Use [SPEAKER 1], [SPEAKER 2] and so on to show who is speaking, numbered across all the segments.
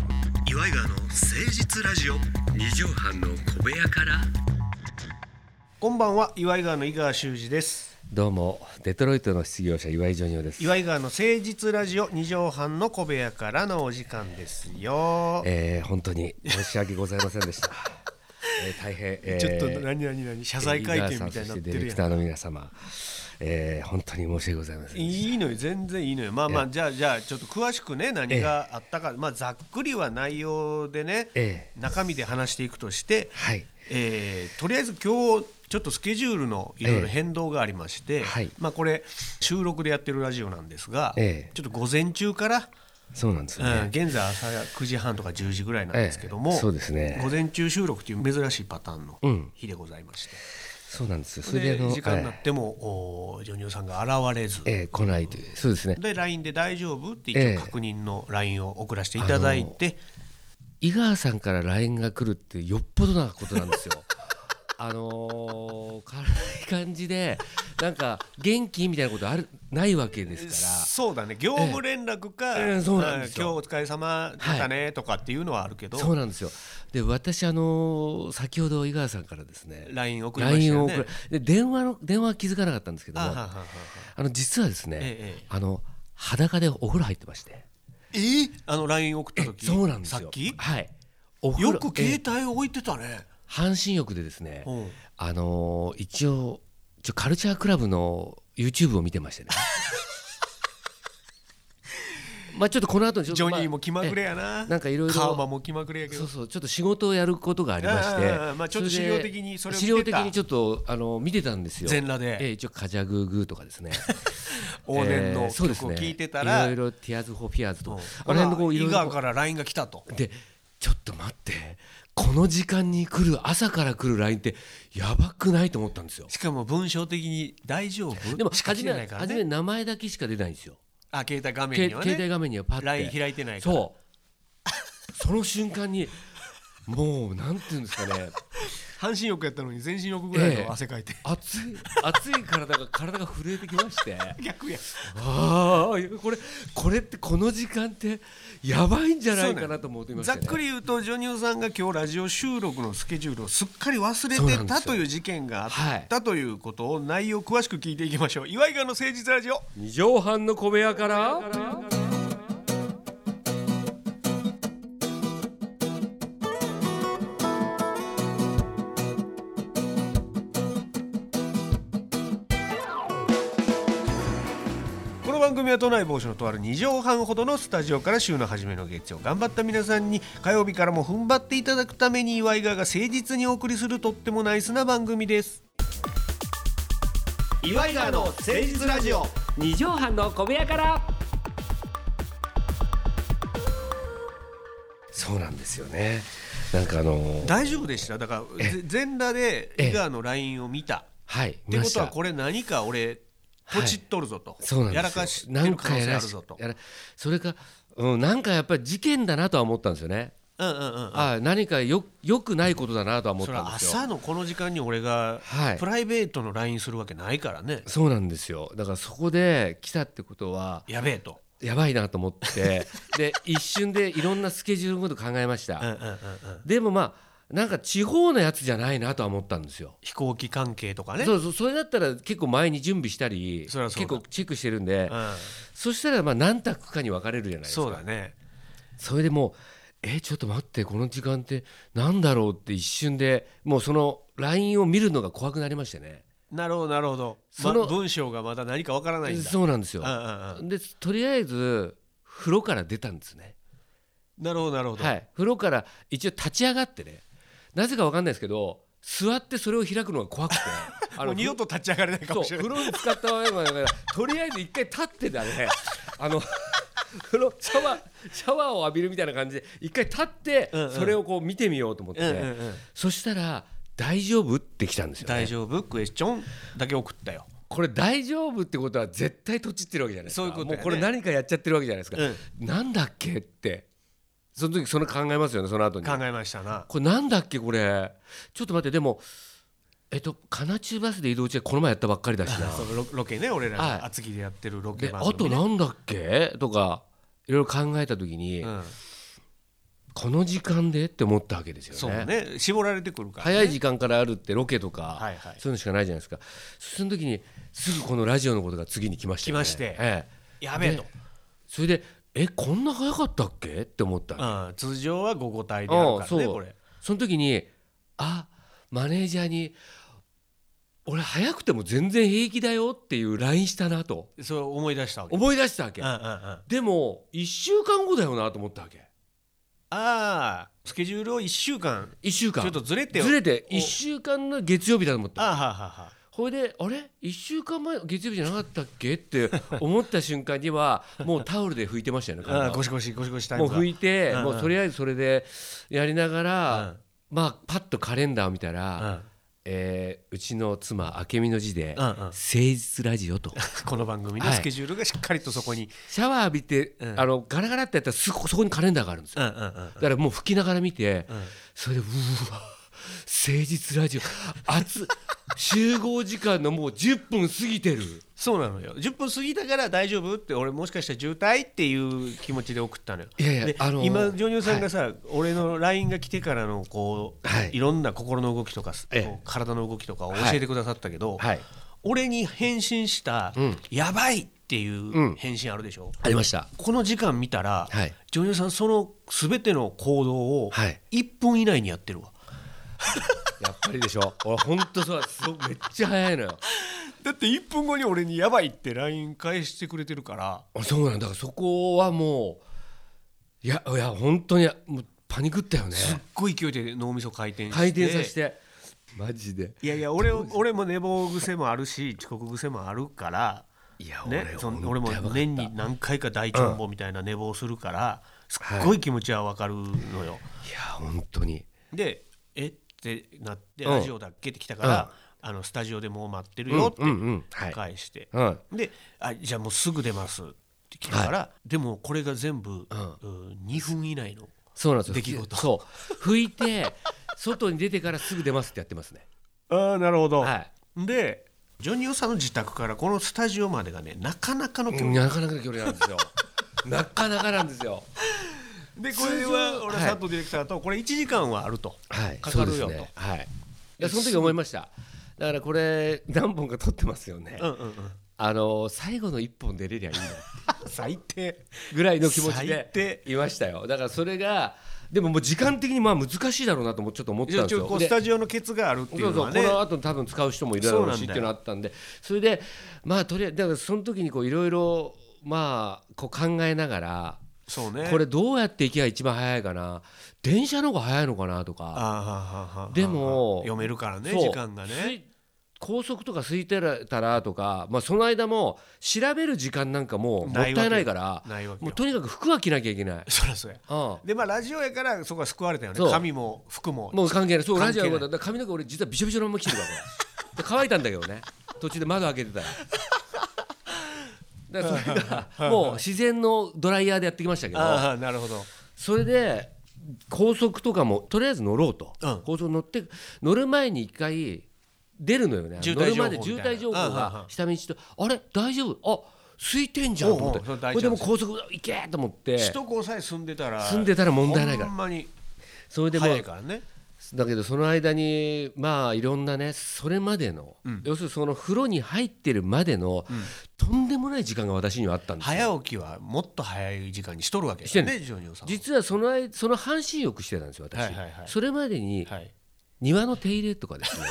[SPEAKER 1] イガーの誠実ラジオ
[SPEAKER 2] 二畳半の小部屋から
[SPEAKER 3] こんばんは岩井川の井川修司です
[SPEAKER 2] どうもデトロイトの失業者岩井ジョニオです、
[SPEAKER 3] 岩井川の誠実ラジオ二畳半の小部屋からのお時間ですよ、
[SPEAKER 2] えー、本当に申し訳ございません でした、えー、大変、えー
[SPEAKER 3] ちょっと何々何謝罪会見みたいになって
[SPEAKER 2] えー井川さんそしてデ
[SPEAKER 3] る
[SPEAKER 2] ィ
[SPEAKER 3] や
[SPEAKER 2] レク
[SPEAKER 3] ん
[SPEAKER 2] ターの皆様、えー、本当に申し訳ございませんでし
[SPEAKER 3] いいのよ全然いいのよまあまあじゃあじゃあちょっと詳しくね何があったか、まあざっくりは内容でね、
[SPEAKER 2] え
[SPEAKER 3] 中身で話していくとして、
[SPEAKER 2] たはい
[SPEAKER 3] えーとりあえず今日ちょっとスケジュールのいろいろ変動がありまして、
[SPEAKER 2] えはい
[SPEAKER 3] まあ、これ収録でやってるラジオなんですが、
[SPEAKER 2] ええ
[SPEAKER 3] ちょっと午前中から
[SPEAKER 2] そうなんですよ
[SPEAKER 3] うん
[SPEAKER 2] ね、
[SPEAKER 3] 現在朝9時半とか10時ぐらいなんですけども、
[SPEAKER 2] ええそうですね
[SPEAKER 3] 午前中収録という珍しいパターンの
[SPEAKER 2] うん
[SPEAKER 3] 日でございまして、
[SPEAKER 2] そうなんですよそれで
[SPEAKER 3] で
[SPEAKER 2] あの
[SPEAKER 3] 時間にな
[SPEAKER 2] は
[SPEAKER 3] っ
[SPEAKER 2] い
[SPEAKER 3] ても、おジョニオさんが現れず、
[SPEAKER 2] えー、来ないというそうですね
[SPEAKER 3] で LINE で大丈夫って一
[SPEAKER 2] ええ
[SPEAKER 3] 応確認の LINE を送らせていただいて、
[SPEAKER 2] 井川さんから LINE が来るってよっぽどなことなんですよ あのー、軽い感じでなんか元気みたいなことあるないわけですから
[SPEAKER 3] そうだね業務連絡か、
[SPEAKER 2] ええええそうなんですよ
[SPEAKER 3] あ今日お疲れ様だったねとかっていうのはあるけど、
[SPEAKER 2] そうなんですよで私あのー先ほど井川さんからですね
[SPEAKER 3] LINE 送りました
[SPEAKER 2] LINE
[SPEAKER 3] よ
[SPEAKER 2] を送
[SPEAKER 3] ね
[SPEAKER 2] る。で電話の電話は気づかなかったんですけど
[SPEAKER 3] あ
[SPEAKER 2] も
[SPEAKER 3] はは
[SPEAKER 2] あ
[SPEAKER 3] はは
[SPEAKER 2] の実はですね、
[SPEAKER 3] ええ
[SPEAKER 2] あの裸でお風呂入ってまして
[SPEAKER 3] えあの LINE 送った時
[SPEAKER 2] そうなんですよ
[SPEAKER 3] さっき
[SPEAKER 2] はいお風呂
[SPEAKER 3] よく携帯を置いてたね。
[SPEAKER 2] 半身浴でですね、
[SPEAKER 3] うん
[SPEAKER 2] あのー一応ちょカルチャークラブの YouTube を見てまし てねまあちょっとこの後にちょっと
[SPEAKER 3] ジョ
[SPEAKER 2] ま
[SPEAKER 3] ニ
[SPEAKER 2] あ
[SPEAKER 3] ーも気まぐれや
[SPEAKER 2] え
[SPEAKER 3] な。
[SPEAKER 2] えなんかいろいろ
[SPEAKER 3] カーマも気まぐれやけど
[SPEAKER 2] そう。そうちょっと仕事をやることがありまして
[SPEAKER 3] ああああまあちょっと資料的にそれを見てた
[SPEAKER 2] 資料的にちょっとあの見てたんですよ
[SPEAKER 3] 全裸で
[SPEAKER 2] ええ一応カジャグーグーとかですね
[SPEAKER 3] 往年
[SPEAKER 2] え
[SPEAKER 3] の
[SPEAKER 2] えそ
[SPEAKER 3] 曲
[SPEAKER 2] うです
[SPEAKER 3] を
[SPEAKER 2] ね
[SPEAKER 3] 聴いてたら、
[SPEAKER 2] いろいろティアーズ・フォー・フィアーズとかあ
[SPEAKER 3] あ
[SPEAKER 2] の
[SPEAKER 3] れ
[SPEAKER 2] 辺のこういろ
[SPEAKER 3] 井
[SPEAKER 2] いろ
[SPEAKER 3] 川から LINE が来たと。
[SPEAKER 2] でちょっと待ってこの時間に来る朝から来る LINE ってやばくないと思ったんですよ
[SPEAKER 3] しかも文章的に大丈夫
[SPEAKER 2] でも
[SPEAKER 3] しか
[SPEAKER 2] 初
[SPEAKER 3] 来
[SPEAKER 2] め
[SPEAKER 3] てない
[SPEAKER 2] は
[SPEAKER 3] から
[SPEAKER 2] 初め
[SPEAKER 3] ね。
[SPEAKER 2] 名前だけしか出ないんですよ、
[SPEAKER 3] あ、携帯画
[SPEAKER 2] け
[SPEAKER 3] 面には
[SPEAKER 2] 携帯
[SPEAKER 3] ね。
[SPEAKER 2] 画面にはパッて
[SPEAKER 3] LINE 開いてないから。
[SPEAKER 2] そうその瞬間にもうなんていうんですかね
[SPEAKER 3] 半身浴やったのに全身浴ぐらい
[SPEAKER 2] ええ
[SPEAKER 3] の汗かいて。
[SPEAKER 2] 熱い熱い体が体が震えてきまして
[SPEAKER 3] 逆や。
[SPEAKER 2] ああこれこれってこの時間ってやばいんじゃないかなと思っていまし
[SPEAKER 3] ざ
[SPEAKER 2] た、
[SPEAKER 3] っ
[SPEAKER 2] ね、
[SPEAKER 3] くり言うとジョニオさんが今日ラジオ収録のスケジュールをすっかり忘
[SPEAKER 2] そう
[SPEAKER 3] れ
[SPEAKER 2] な
[SPEAKER 3] て
[SPEAKER 2] んで
[SPEAKER 3] た
[SPEAKER 2] す
[SPEAKER 3] と
[SPEAKER 2] よ
[SPEAKER 3] いう事件があったということを内容詳しく聞いていきましょう。岩井川の誠実ラジオ。
[SPEAKER 2] 二畳半の小部屋から
[SPEAKER 3] この番組は都内某所のとある2畳半ほどのスタジオから週の初めの月曜頑張った皆さんに火曜日からも踏ん張っていただくために岩井川が誠実にお送りするとってもナイスな番組です岩井川の誠実ラジオ
[SPEAKER 2] 二畳半の小部屋からそうなんですよねなんかあのー
[SPEAKER 3] 大丈夫でしただからぜ全裸で
[SPEAKER 2] え
[SPEAKER 3] 井川の LINE を見たっ
[SPEAKER 2] はい
[SPEAKER 3] て
[SPEAKER 2] 見ま
[SPEAKER 3] こ
[SPEAKER 2] し
[SPEAKER 3] と
[SPEAKER 2] た
[SPEAKER 3] はこれ何か俺
[SPEAKER 2] はい
[SPEAKER 3] ポチっとるぞと、
[SPEAKER 2] そうなんですよ
[SPEAKER 3] やらかしてる可能性あるぞと
[SPEAKER 2] なんかやらしやらそれか、うん、なんかやっぱり事件だなとは思ったんですよね
[SPEAKER 3] うんうんうん
[SPEAKER 2] ああ何かよよくないことだなとは思っ
[SPEAKER 3] それ
[SPEAKER 2] たん
[SPEAKER 3] は
[SPEAKER 2] ですよ
[SPEAKER 3] 朝のこの時間に俺が
[SPEAKER 2] はい
[SPEAKER 3] プライベートの LINE するわけないからね
[SPEAKER 2] そうなんですよだからそこで来たってことは
[SPEAKER 3] やべえと。
[SPEAKER 2] やばいなと思って で一瞬でいろんなスケジュールのこと考えまし
[SPEAKER 3] うんう
[SPEAKER 2] た
[SPEAKER 3] んうんうん
[SPEAKER 2] でもまあなんか地方のやつじゃないなとは思ったんですよ
[SPEAKER 3] 飛行機関係とかね。
[SPEAKER 2] そうそうそれだったら結構前に準備したり
[SPEAKER 3] そりゃそう
[SPEAKER 2] 結
[SPEAKER 3] だ
[SPEAKER 2] 構チェックしてるんで
[SPEAKER 3] うん
[SPEAKER 2] そしたらまあ何択かに分かれるじゃないです
[SPEAKER 3] そう
[SPEAKER 2] か
[SPEAKER 3] だね。
[SPEAKER 2] それでもうえちょっと待ってこの時間ってなんだろうって一瞬でもうその LINE を見るのが怖くなりましてね
[SPEAKER 3] なるほどなるほど。
[SPEAKER 2] その
[SPEAKER 3] ま文章がまだ何かわからないんだ。
[SPEAKER 2] そうなんですよ
[SPEAKER 3] うんうんうん
[SPEAKER 2] でとりあえず風呂から出たんですね
[SPEAKER 3] なるほどなるほど。
[SPEAKER 2] はい、風呂から一応立ち上がってねなぜか分かんないですけど座ってそれを開くのが 怖くてあ
[SPEAKER 3] もう二度と立ち上がれないか
[SPEAKER 2] そ
[SPEAKER 3] も
[SPEAKER 2] う
[SPEAKER 3] しれ
[SPEAKER 2] 風
[SPEAKER 3] ない。
[SPEAKER 2] 呂に使った場合はだからとりあえず一回立ってだねあの 風呂シャワーシャワーを浴びるみたいな感じで一回立って
[SPEAKER 3] うんうん
[SPEAKER 2] それをこう見てみようと思って、
[SPEAKER 3] うんうんうん
[SPEAKER 2] そしたら「大丈夫?」ってきたんですよ、ね、
[SPEAKER 3] 大丈夫クエスチョンだけ送ったよ。
[SPEAKER 2] これ大丈夫ってことは絶対とちってるわけじゃないですか
[SPEAKER 3] そういうことだよね
[SPEAKER 2] もうこれ何かやっちゃってるわけじゃないですか、なんだっけってその時その考えますよねその後に
[SPEAKER 3] 考えましたな。
[SPEAKER 2] これなんだっけこれちょっと待ってでもえっと金中バスで移動中この前やったばっかりだし な
[SPEAKER 3] そうロロケね俺ら
[SPEAKER 2] はい
[SPEAKER 3] が厚木でやってるロケ
[SPEAKER 2] で
[SPEAKER 3] 番
[SPEAKER 2] あと
[SPEAKER 3] 組ね。
[SPEAKER 2] なんだっけとかいろいろ考えた時に、
[SPEAKER 3] うん
[SPEAKER 2] この時間でって思ったわけです
[SPEAKER 3] そ
[SPEAKER 2] よ
[SPEAKER 3] う
[SPEAKER 2] ね
[SPEAKER 3] ね絞られてくるから、ね、
[SPEAKER 2] 早い時間からあるってロケとか、
[SPEAKER 3] はいはい
[SPEAKER 2] そういうのしかないじゃないですかその時にすぐこのラジオのことが次に来ましたよね
[SPEAKER 3] 来まして
[SPEAKER 2] ええ
[SPEAKER 3] やべえと
[SPEAKER 2] で、それでえこんな早かったっけって思ったわけ
[SPEAKER 3] うん、通常はご個体である
[SPEAKER 2] うん
[SPEAKER 3] から
[SPEAKER 2] そ
[SPEAKER 3] ね
[SPEAKER 2] う
[SPEAKER 3] これ
[SPEAKER 2] その時にあマネージャーに俺早くても全然平気だよっていう LINE したなと
[SPEAKER 3] そう思い出したわけ
[SPEAKER 2] 思い出したわけ
[SPEAKER 3] うんうんうん、あ
[SPEAKER 2] でも1週間後だよなと思ったわけ
[SPEAKER 3] あースケジュールを1週間
[SPEAKER 2] 1週間
[SPEAKER 3] ちょっとずれて
[SPEAKER 2] ずれて
[SPEAKER 3] お
[SPEAKER 2] 1週間の月曜日だと思った
[SPEAKER 3] あーはーはーは
[SPEAKER 2] ほいであれ1週間前月曜日じゃなかったっけって思った瞬間に はもうタオルで拭いてましたよね
[SPEAKER 3] ーあ
[SPEAKER 2] 体
[SPEAKER 3] ー
[SPEAKER 2] を
[SPEAKER 3] ゴシゴシゴシゴシタイ
[SPEAKER 2] も
[SPEAKER 3] ム
[SPEAKER 2] う
[SPEAKER 3] が
[SPEAKER 2] 拭いて
[SPEAKER 3] うんうん
[SPEAKER 2] もうとりあえずそれでやりながらまあパッとカレンダーを見た
[SPEAKER 3] う
[SPEAKER 2] ら
[SPEAKER 3] んうん
[SPEAKER 2] えーうちの妻明美の字で「
[SPEAKER 3] うんうん
[SPEAKER 2] 誠実ラジオ」 と
[SPEAKER 3] この番組の
[SPEAKER 2] はい
[SPEAKER 3] スケジュールがしっかりとそこに、
[SPEAKER 2] シャワー浴びて、
[SPEAKER 3] うん
[SPEAKER 2] あのガラガラってやったらすぐそこにカレンダーがあるんですよ
[SPEAKER 3] うんうんうん
[SPEAKER 2] だからもう吹きながら見て、
[SPEAKER 3] うん
[SPEAKER 2] それでうーわ誠実ラジオ暑集合時間のもう10分過ぎてる
[SPEAKER 3] そうなのよ10分過ぎたから大丈夫って俺もしかしたら渋滞っていう気持ちで送ったのよ
[SPEAKER 2] いやいや
[SPEAKER 3] で
[SPEAKER 2] あのー
[SPEAKER 3] 今ジョニオさんがさ、俺の LINE が来てからのこう、
[SPEAKER 2] はい
[SPEAKER 3] い、ろんな心の動きとか、
[SPEAKER 2] ええ
[SPEAKER 3] こう体の動きとかを教
[SPEAKER 2] はい
[SPEAKER 3] えてくださったけど、
[SPEAKER 2] はい
[SPEAKER 3] 俺に返信した「
[SPEAKER 2] うん
[SPEAKER 3] やばい!」っていうんう返信あるでしょ、
[SPEAKER 2] ありました
[SPEAKER 3] この時間見たら、
[SPEAKER 2] はい
[SPEAKER 3] ジョニオさんその全ての行動を
[SPEAKER 2] はい
[SPEAKER 3] 1分以内にやってるわ、
[SPEAKER 2] やっぱりでしょ俺ほんとそうすごめっちゃ早いのよ
[SPEAKER 3] だって1分後に俺に「やばい!」って LINE 返してくれてるから
[SPEAKER 2] あそうなんだだからそこはもういやいや本当にもうパニックったよね
[SPEAKER 3] すっごい勢いで脳みそ回転して
[SPEAKER 2] 回転させてマジで
[SPEAKER 3] いやいや俺を俺も寝坊癖もあるし遅刻癖もあるから、
[SPEAKER 2] いや
[SPEAKER 3] ね、その俺も年に何回か大帳簿みたいな寝坊するから、すっごい気持ちはわかるのよ。
[SPEAKER 2] いや本当に
[SPEAKER 3] でえってなって
[SPEAKER 2] うん
[SPEAKER 3] ラジオだっけって来たから、あのスタジオでもう待ってるよって
[SPEAKER 2] うんうんうんはい
[SPEAKER 3] 返して、
[SPEAKER 2] うん
[SPEAKER 3] であじゃあもうすぐ出ますって来たから、でもこれが全部、
[SPEAKER 2] うん
[SPEAKER 3] うん、2分以内の
[SPEAKER 2] そうなんですよ
[SPEAKER 3] 出来事
[SPEAKER 2] そう拭いて外に出てからすぐ出ますってやってますね
[SPEAKER 3] ああなるほど
[SPEAKER 2] は
[SPEAKER 3] でジョニオさんの自宅からこのスタジオまでがねなかなかの距
[SPEAKER 2] い
[SPEAKER 3] 離
[SPEAKER 2] なかなかの距離なんですよ なかなかなんですよ
[SPEAKER 3] でこれは俺
[SPEAKER 2] はい
[SPEAKER 3] 佐藤ディレクターとこれ1時間はあると、
[SPEAKER 2] はい
[SPEAKER 3] かかるよ
[SPEAKER 2] そうですねはいいやその時思いましただからこれ何本か撮ってますよね、
[SPEAKER 3] うんうんうん、
[SPEAKER 2] あの最後の一本出れりゃいいな
[SPEAKER 3] 最低
[SPEAKER 2] ぐらいの気持ち
[SPEAKER 3] 最低
[SPEAKER 2] でいましたよだからそれがでももう時間的にまあ難しいだろうなともちょっと思って
[SPEAKER 3] じ
[SPEAKER 2] た
[SPEAKER 3] ゃ
[SPEAKER 2] ん
[SPEAKER 3] あ
[SPEAKER 2] です
[SPEAKER 3] ちょっ
[SPEAKER 2] よ
[SPEAKER 3] とこう
[SPEAKER 2] で
[SPEAKER 3] スタジオのケツがあるってい
[SPEAKER 2] そう
[SPEAKER 3] の
[SPEAKER 2] うそう
[SPEAKER 3] は
[SPEAKER 2] こ
[SPEAKER 3] ね
[SPEAKER 2] の後多分使う人もいるだろうしっていうのあったんでそれでまあとりあえずだからその時にこういろいろまあこう考えながら
[SPEAKER 3] そうね
[SPEAKER 2] これどうやって行きゃ一番早いかな電車の方が早いのかなと
[SPEAKER 3] あー
[SPEAKER 2] か
[SPEAKER 3] はーはーはーはー
[SPEAKER 2] でも
[SPEAKER 3] 読めるからね
[SPEAKER 2] そう
[SPEAKER 3] 時間が
[SPEAKER 2] す
[SPEAKER 3] ね
[SPEAKER 2] い高速とか空いてたらとかまあその間も調べる時間なんかもうもったいないから
[SPEAKER 3] ないわけ
[SPEAKER 2] もう
[SPEAKER 3] よ
[SPEAKER 2] とにかく服は着なきゃいけない。
[SPEAKER 3] そりゃそうや
[SPEAKER 2] うん
[SPEAKER 3] でまあラジオやからそこは救われたよね
[SPEAKER 2] そう
[SPEAKER 3] 髪も服も
[SPEAKER 2] もう関係ないそう
[SPEAKER 3] 関
[SPEAKER 2] ラ
[SPEAKER 3] 係
[SPEAKER 2] ジ
[SPEAKER 3] な
[SPEAKER 2] オ
[SPEAKER 3] い
[SPEAKER 2] のことだから髪の毛俺実はびしょびしょのまま来てるからこれで乾いたんだけどね途中で窓開けてたら。だからそれがもう自然のドライヤーでやってきましたけど
[SPEAKER 3] ああなるほど
[SPEAKER 2] それで高速とかもとりあえず乗ろうと、
[SPEAKER 3] うん
[SPEAKER 2] 高速乗って乗る前に一回出るのよね
[SPEAKER 3] 渋
[SPEAKER 2] 乗
[SPEAKER 3] 滞情報
[SPEAKER 2] るまで渋滞情報
[SPEAKER 3] みたいなうんうん
[SPEAKER 2] が
[SPEAKER 3] うん
[SPEAKER 2] 下道とあれ大丈夫あ空いてんじゃんと思って
[SPEAKER 3] おうおうそ
[SPEAKER 2] こ
[SPEAKER 3] れ大丈夫
[SPEAKER 2] れでもう高速行けと思って
[SPEAKER 3] 首都高さえ住んでたら
[SPEAKER 2] 住んでたら問題ないから
[SPEAKER 3] ほんまに
[SPEAKER 2] それでも
[SPEAKER 3] 早いうからね
[SPEAKER 2] だけどその間にまあいろんなねそれまでの、要するにその風呂に入ってるまでの、とんでもない時間が私にはあったんです
[SPEAKER 3] 早
[SPEAKER 2] よ
[SPEAKER 3] 起きはもっと早い時間にしとるわけだ
[SPEAKER 2] して
[SPEAKER 3] よ
[SPEAKER 2] んの
[SPEAKER 3] ねジョニオさんは
[SPEAKER 2] 実はその間その半身浴してたんですよ私、
[SPEAKER 3] はいはいはい
[SPEAKER 2] それまでに
[SPEAKER 3] はい
[SPEAKER 2] 庭の手入れと かですね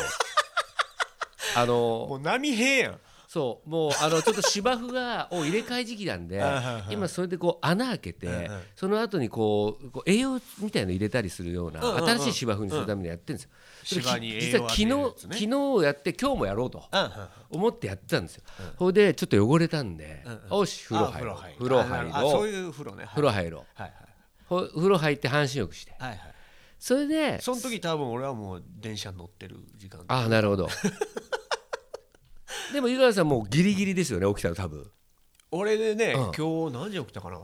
[SPEAKER 2] あ
[SPEAKER 3] も
[SPEAKER 2] の
[SPEAKER 3] う波平やん
[SPEAKER 2] そうもうあのちょっと芝生がを入れ替え時期なんで
[SPEAKER 3] はいはいはい
[SPEAKER 2] 今それでこう穴開けて、
[SPEAKER 3] うんうん
[SPEAKER 2] その後にこうこう栄養みたいの入れたりするような、
[SPEAKER 3] うんうんうん
[SPEAKER 2] 新しい芝生にするためにやってるんですよ、それ
[SPEAKER 3] 芝に栄
[SPEAKER 2] 実
[SPEAKER 3] 養を与
[SPEAKER 2] は昨
[SPEAKER 3] えるや
[SPEAKER 2] 日
[SPEAKER 3] つね
[SPEAKER 2] 昨日をやって今日もやろうと
[SPEAKER 3] うんうんうん
[SPEAKER 2] 思ってやってたんですよ、ほいでちょっと汚れたんで、
[SPEAKER 3] うんうん
[SPEAKER 2] おし風呂入ろう
[SPEAKER 3] あ
[SPEAKER 2] 風呂
[SPEAKER 3] あ
[SPEAKER 2] 入
[SPEAKER 3] あそう
[SPEAKER 2] ろう
[SPEAKER 3] いう風呂ね
[SPEAKER 2] 風呂入ろう
[SPEAKER 3] はい
[SPEAKER 2] ほ風呂入って半身浴して
[SPEAKER 3] はいはいはい
[SPEAKER 2] それで
[SPEAKER 3] その時多分俺はもう電車に乗ってる時間
[SPEAKER 2] ああな るほどでも井川さんもうギリギリですよね起きたら多分
[SPEAKER 3] 俺でね
[SPEAKER 2] うん
[SPEAKER 3] 今日何時起きたかな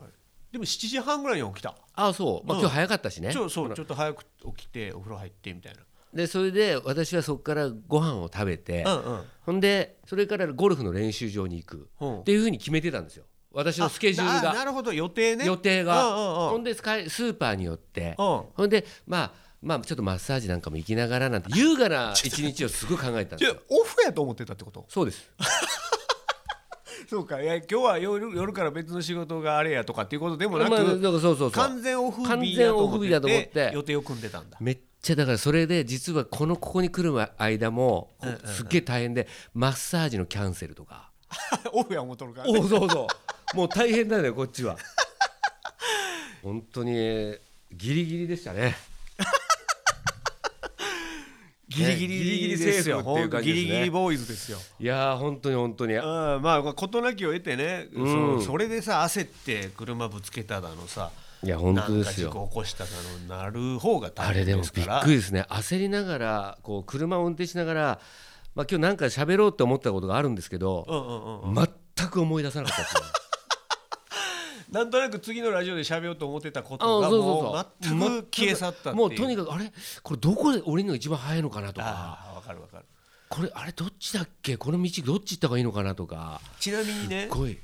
[SPEAKER 3] でも7時半ぐらいに起きた
[SPEAKER 2] ああそう、まあ、
[SPEAKER 3] うん
[SPEAKER 2] 今日早かったしね、
[SPEAKER 3] ちょそうちょっと早く起きてお風呂入ってみたい
[SPEAKER 2] でそれで私はそこからご飯を食べて、
[SPEAKER 3] なうんうん
[SPEAKER 2] ほんでそれからゴルフの練習場に行く
[SPEAKER 3] うん
[SPEAKER 2] っていうふうに決めてたんですよ私のスケジュール
[SPEAKER 3] あなな
[SPEAKER 2] が
[SPEAKER 3] るほど予定ね
[SPEAKER 2] 予定が
[SPEAKER 3] うんうんう
[SPEAKER 2] ほ
[SPEAKER 3] ん
[SPEAKER 2] んでスカイスーパーによって
[SPEAKER 3] うん
[SPEAKER 2] ほんでまあまあちょっとマッサージなんかも行きながらなんて優雅な一日をすごい考えたん
[SPEAKER 3] じ
[SPEAKER 2] です
[SPEAKER 3] ゃ
[SPEAKER 2] よ
[SPEAKER 3] あオフやと思ってたってこと
[SPEAKER 2] そうです
[SPEAKER 3] そうかいや今日は夜夜から別の仕事があれやとかっていうことでもなく、
[SPEAKER 2] まあ、なんかそうそうそう
[SPEAKER 3] 完全オフ
[SPEAKER 2] 完
[SPEAKER 3] 日
[SPEAKER 2] 全オフ日
[SPEAKER 3] やと
[SPEAKER 2] だと
[SPEAKER 3] 思
[SPEAKER 2] 思
[SPEAKER 3] っ
[SPEAKER 2] ってて
[SPEAKER 3] 予定を組んでたんだ
[SPEAKER 2] めっちゃだからそれで実はこのここに来る間もこうすっげえ大変でマッサージのキャンセルとか
[SPEAKER 3] オフや思っとるからね、
[SPEAKER 2] おそうそう もう大変なんだよこっちは本当にギリギリでしたね
[SPEAKER 3] ギリギリ
[SPEAKER 2] ねギリギリセーフ
[SPEAKER 3] よ
[SPEAKER 2] ってい
[SPEAKER 3] ほ
[SPEAKER 2] う感じですね
[SPEAKER 3] んとギリギリボーイズですよ
[SPEAKER 2] いやー本当に本当に
[SPEAKER 3] うんまあ事なきを得てね、
[SPEAKER 2] うん
[SPEAKER 3] そそれでさ焦って車ぶつけただのさ
[SPEAKER 2] いや本当です
[SPEAKER 3] なんか
[SPEAKER 2] よ
[SPEAKER 3] 事故起こしただのなる方が
[SPEAKER 2] あ
[SPEAKER 3] 大
[SPEAKER 2] れ
[SPEAKER 3] 変
[SPEAKER 2] でも
[SPEAKER 3] ですか
[SPEAKER 2] びっ
[SPEAKER 3] ら
[SPEAKER 2] くりですね焦りながらこう車を運転しながらまあ今日なんか喋ろうって思ったことがあるんですけ
[SPEAKER 3] う
[SPEAKER 2] ど
[SPEAKER 3] んうんうん、
[SPEAKER 2] 全く思い出さなかっ たですね
[SPEAKER 3] なんとなく次のラジオで喋ようと思ってたこ
[SPEAKER 2] あ
[SPEAKER 3] とが
[SPEAKER 2] そう
[SPEAKER 3] もう
[SPEAKER 2] そうそう
[SPEAKER 3] 全く消え去ったっていう
[SPEAKER 2] もうとにかくあれこれどこで降りるのが一番早いのかなとか
[SPEAKER 3] ああわかるわかる
[SPEAKER 2] これあれどっちだっけこの道どっち行った方がいいのかなとか
[SPEAKER 3] ちなみにね
[SPEAKER 2] すごい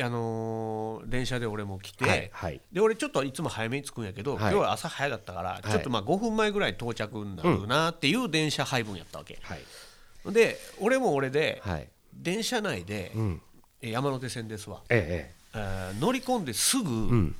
[SPEAKER 3] あのー電車で俺も来て、
[SPEAKER 2] はいはい
[SPEAKER 3] で俺ちょっといつも早めに着くんやけど、
[SPEAKER 2] はい
[SPEAKER 3] 今日は朝早かったから、
[SPEAKER 2] い
[SPEAKER 3] ちょっとまあ5分前ぐらい到着になるなっていう電車配分やったわけ、
[SPEAKER 2] はい
[SPEAKER 3] で俺も俺で、
[SPEAKER 2] はい
[SPEAKER 3] 電車内で、
[SPEAKER 2] うん
[SPEAKER 3] え山手線ですわ、
[SPEAKER 2] ええ
[SPEAKER 3] あー乗り込んですぐ、
[SPEAKER 2] ええうん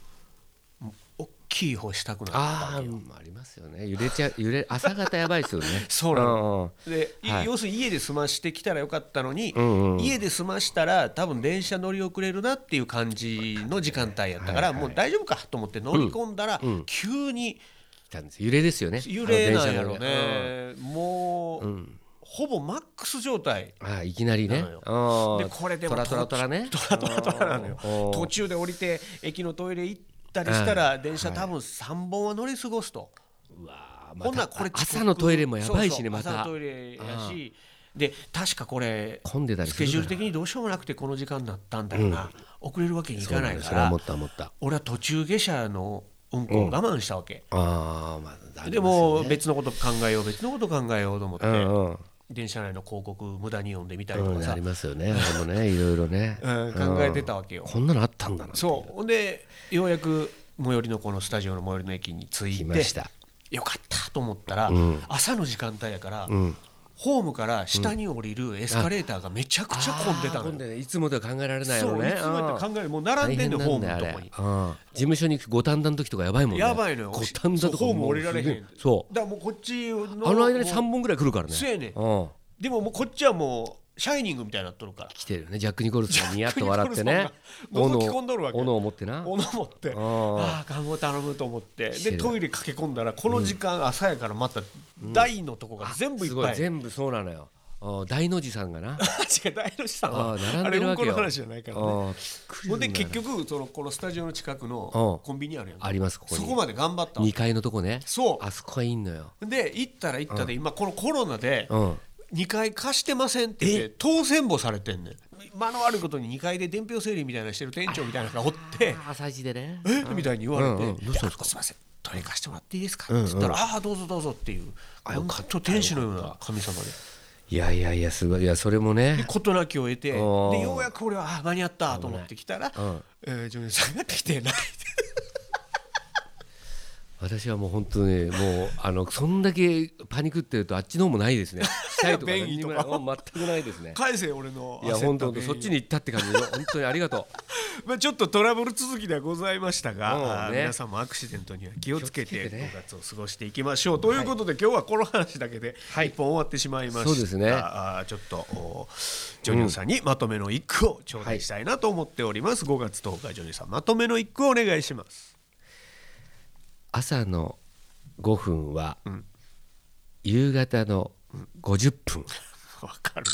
[SPEAKER 3] 大きい方したくなった
[SPEAKER 2] ああーありますよね揺れちゃ揺れ朝方やばいですよね
[SPEAKER 3] そうな
[SPEAKER 2] の
[SPEAKER 3] で、い
[SPEAKER 2] はい
[SPEAKER 3] 要するに家で済ましてきたらよかったのに、
[SPEAKER 2] んうんうん
[SPEAKER 3] 家で済ましたら多分電車乗り遅れるなっていう感じの時間帯やったから、
[SPEAKER 2] はいはい
[SPEAKER 3] もう大丈夫かと思って乗り込んだら、
[SPEAKER 2] うん
[SPEAKER 3] 急に
[SPEAKER 2] たんです揺れですよね
[SPEAKER 3] 揺れなんやろ
[SPEAKER 2] あの電車の
[SPEAKER 3] ね、もう、
[SPEAKER 2] うん
[SPEAKER 3] ほぼマックス状態
[SPEAKER 2] ああいきなりね
[SPEAKER 3] なのよ
[SPEAKER 2] あ
[SPEAKER 3] で
[SPEAKER 2] あ
[SPEAKER 3] これでも
[SPEAKER 2] トラトラトラね
[SPEAKER 3] トラトラトラなのよ
[SPEAKER 2] おー
[SPEAKER 3] 途中で降りて駅のトイレ行ったりしたら電車多分3本は乗り過ごすと。
[SPEAKER 2] うわーまた
[SPEAKER 3] ほんならこれ遅刻
[SPEAKER 2] 朝のトイレもやばいしね
[SPEAKER 3] そう
[SPEAKER 2] ま
[SPEAKER 3] そう朝の
[SPEAKER 2] た
[SPEAKER 3] トイレやしで確かこれ
[SPEAKER 2] 混んでたり
[SPEAKER 3] ス
[SPEAKER 2] す
[SPEAKER 3] ケ
[SPEAKER 2] るから
[SPEAKER 3] ジュール的にどうしようもなくてこの時間になったんだよな、遅れるわけにい
[SPEAKER 2] そう
[SPEAKER 3] か
[SPEAKER 2] な
[SPEAKER 3] なんい
[SPEAKER 2] です
[SPEAKER 3] か
[SPEAKER 2] それは
[SPEAKER 3] ら
[SPEAKER 2] 思った思った
[SPEAKER 3] 俺は途中下車の運行を我慢したわけ、
[SPEAKER 2] ああまだありますよね
[SPEAKER 3] でも別のこと考えよう別のこと考えようと思って、
[SPEAKER 2] うんうん
[SPEAKER 3] 電車内の広告無駄に読んでみたりと
[SPEAKER 2] う
[SPEAKER 3] か
[SPEAKER 2] ん
[SPEAKER 3] さ
[SPEAKER 2] あり、ますよねあれもねいろいろね
[SPEAKER 3] うん考えてたわけよ、
[SPEAKER 2] こんなのあったんだな
[SPEAKER 3] そうほんでようやく最寄りのこのスタジオの最寄りの駅に着
[SPEAKER 2] 来
[SPEAKER 3] い
[SPEAKER 2] ま
[SPEAKER 3] て
[SPEAKER 2] した
[SPEAKER 3] よかったと思ったら、
[SPEAKER 2] ん
[SPEAKER 3] 朝の時間帯やから、
[SPEAKER 2] うん
[SPEAKER 3] ホームから下に降りるエスカレーターがめちゃくちゃ混んでた
[SPEAKER 2] あー
[SPEAKER 3] の
[SPEAKER 2] 混ん
[SPEAKER 3] よ。
[SPEAKER 2] でねいつもでは考えられない
[SPEAKER 3] そ
[SPEAKER 2] よ
[SPEAKER 3] うい
[SPEAKER 2] ね
[SPEAKER 3] つもやって考えるもう並んでんのよホームのとこに
[SPEAKER 2] に。うん事務所に行く五反田の時とかやばいもんね
[SPEAKER 3] やばいのよ。
[SPEAKER 2] 五反田
[SPEAKER 3] そう
[SPEAKER 2] とか
[SPEAKER 3] ホーム
[SPEAKER 2] も
[SPEAKER 3] 降
[SPEAKER 2] う
[SPEAKER 3] りられへ
[SPEAKER 2] すげ
[SPEAKER 3] ん
[SPEAKER 2] え。そ
[SPEAKER 3] だからもうこっち
[SPEAKER 2] う
[SPEAKER 3] の
[SPEAKER 2] あの間に三
[SPEAKER 3] も
[SPEAKER 2] 本ぐらい来るからね
[SPEAKER 3] そうやねん
[SPEAKER 2] うん
[SPEAKER 3] うでももうこっちはもうシャイニングみたいになっとるから。
[SPEAKER 2] 来てるよねジャック・ニコルソンがニヤッと笑ってね
[SPEAKER 3] ジャックニコルソンが覗き込んどるわけ
[SPEAKER 2] 斧を持ってな
[SPEAKER 3] 斧持って
[SPEAKER 2] ん
[SPEAKER 3] ああ看護頼むと思って
[SPEAKER 2] して
[SPEAKER 3] で
[SPEAKER 2] る
[SPEAKER 3] トイレ駆け込んだらこの時間朝やからまた台のとこが全部いっ
[SPEAKER 2] すご
[SPEAKER 3] ぱ
[SPEAKER 2] い
[SPEAKER 3] い
[SPEAKER 2] 全部そうなのようん大の字さんがな
[SPEAKER 3] 違う大の字さんは
[SPEAKER 2] あー並
[SPEAKER 3] あ
[SPEAKER 2] ん
[SPEAKER 3] れ
[SPEAKER 2] でる
[SPEAKER 3] うん
[SPEAKER 2] わ
[SPEAKER 3] こ
[SPEAKER 2] け
[SPEAKER 3] の
[SPEAKER 2] よ
[SPEAKER 3] 話じゃないからね
[SPEAKER 2] うんびっくり
[SPEAKER 3] ほん
[SPEAKER 2] す
[SPEAKER 3] で
[SPEAKER 2] るんだよ
[SPEAKER 3] 結
[SPEAKER 2] な
[SPEAKER 3] 局そのこのスタジオの近くの
[SPEAKER 2] うん
[SPEAKER 3] コンビニあるやんか
[SPEAKER 2] ありますここ
[SPEAKER 3] そ
[SPEAKER 2] に
[SPEAKER 3] こまで頑張ったわ
[SPEAKER 2] 2階のとこね
[SPEAKER 3] そう
[SPEAKER 2] あそこがいいのよ
[SPEAKER 3] で行ったら行ったで、今このコロナで
[SPEAKER 2] うん
[SPEAKER 3] 2回貸してませんって言って当選簿されてんねん間の悪いことに2階で伝票整理みたいなのしてる店長みたいなのがおって
[SPEAKER 2] 朝一でね
[SPEAKER 3] えみたいに言われて「
[SPEAKER 2] うんうん
[SPEAKER 3] いやすいませんトイレ貸してもらっていいですか?」って言ったら「ああどうぞどうぞ」っていう
[SPEAKER 2] あよ
[SPEAKER 3] ほ
[SPEAKER 2] かった
[SPEAKER 3] んと天使のような神様で
[SPEAKER 2] いやいやいやすごいいやそれもね
[SPEAKER 3] 事なきを得てで
[SPEAKER 2] おー
[SPEAKER 3] ようやく俺はあー間に合ったと思ってきたら、
[SPEAKER 2] うん
[SPEAKER 3] えー、ジョニーさんが来て 泣いて
[SPEAKER 2] 私はもう本当にもうあのそんだけパニックってるとあっちの方もないですねしたいとか
[SPEAKER 3] 便
[SPEAKER 2] 何
[SPEAKER 3] 宜
[SPEAKER 2] に
[SPEAKER 3] と
[SPEAKER 2] も
[SPEAKER 3] か
[SPEAKER 2] ないもう全くないで すね
[SPEAKER 3] 返せ俺の
[SPEAKER 2] いや本当そっち
[SPEAKER 3] に、
[SPEAKER 2] に行ったって感じで本当にありがと
[SPEAKER 3] まあ、ちょっとトラブル続きではございましたが、
[SPEAKER 2] うん
[SPEAKER 3] あー
[SPEAKER 2] ね
[SPEAKER 3] 皆さんもアクシデントには気をつけ
[SPEAKER 2] 気を
[SPEAKER 3] て
[SPEAKER 2] つけてね
[SPEAKER 3] 5月を過ごしていきましょうということで、今日はこの話だけで
[SPEAKER 2] はい
[SPEAKER 3] 一本終わってしまいました、
[SPEAKER 2] そうですね
[SPEAKER 3] あーちょっとおジョニオさんにまとめの一句を頂戴したいなと思っております、5月10日ジョニオさんまとめの一句をお願いします
[SPEAKER 2] う朝の5分は、
[SPEAKER 3] ん
[SPEAKER 2] 夕方の50分
[SPEAKER 3] わかる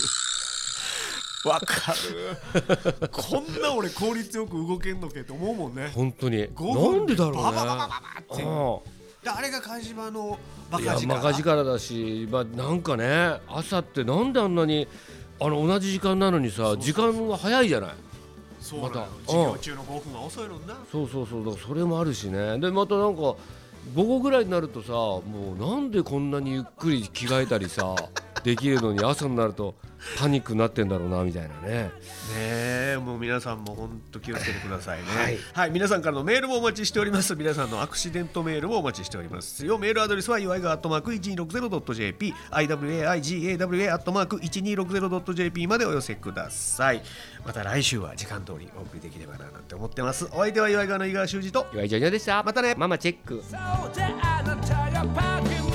[SPEAKER 3] わかるこんな俺効率よく動けんのけって思うもんね
[SPEAKER 2] 本当に
[SPEAKER 3] 5
[SPEAKER 2] なんでだろうね
[SPEAKER 3] ババババババっていう
[SPEAKER 2] うん
[SPEAKER 3] であれが火事場のバ
[SPEAKER 2] い
[SPEAKER 3] カ
[SPEAKER 2] や
[SPEAKER 3] 力
[SPEAKER 2] バカ力だし、まあ、なんかね朝ってなんであんなにあの同じ時間なのにさ時間が早いじゃない
[SPEAKER 3] そうなのよ
[SPEAKER 2] また
[SPEAKER 3] 授業
[SPEAKER 2] うん
[SPEAKER 3] 中の5分は遅いのにな
[SPEAKER 2] そうそうそうだからそれもあるしねでまたなんか午後ぐらいになるとさもうなんでこんなにゆっくり着替えたりさできるのに朝になるとパニックになってんだろうなみたいな
[SPEAKER 3] ね
[SPEAKER 2] ね
[SPEAKER 3] えもう皆さんも本当気をつけてくださいねはい、皆さんからのメールもお待ちしております皆さんのアクシデントメールもお待ちしておりますよメールアドレスは祝いがアットマーク 1260.jp iwaigawa アットマーク 1260.jp までお寄せくださいまた来週は時間通りお送りできればななんて思ってますお相手は祝いがの井川修司と
[SPEAKER 2] 岩井ジョニ男でしたまたねママチェック
[SPEAKER 4] So the other tire parking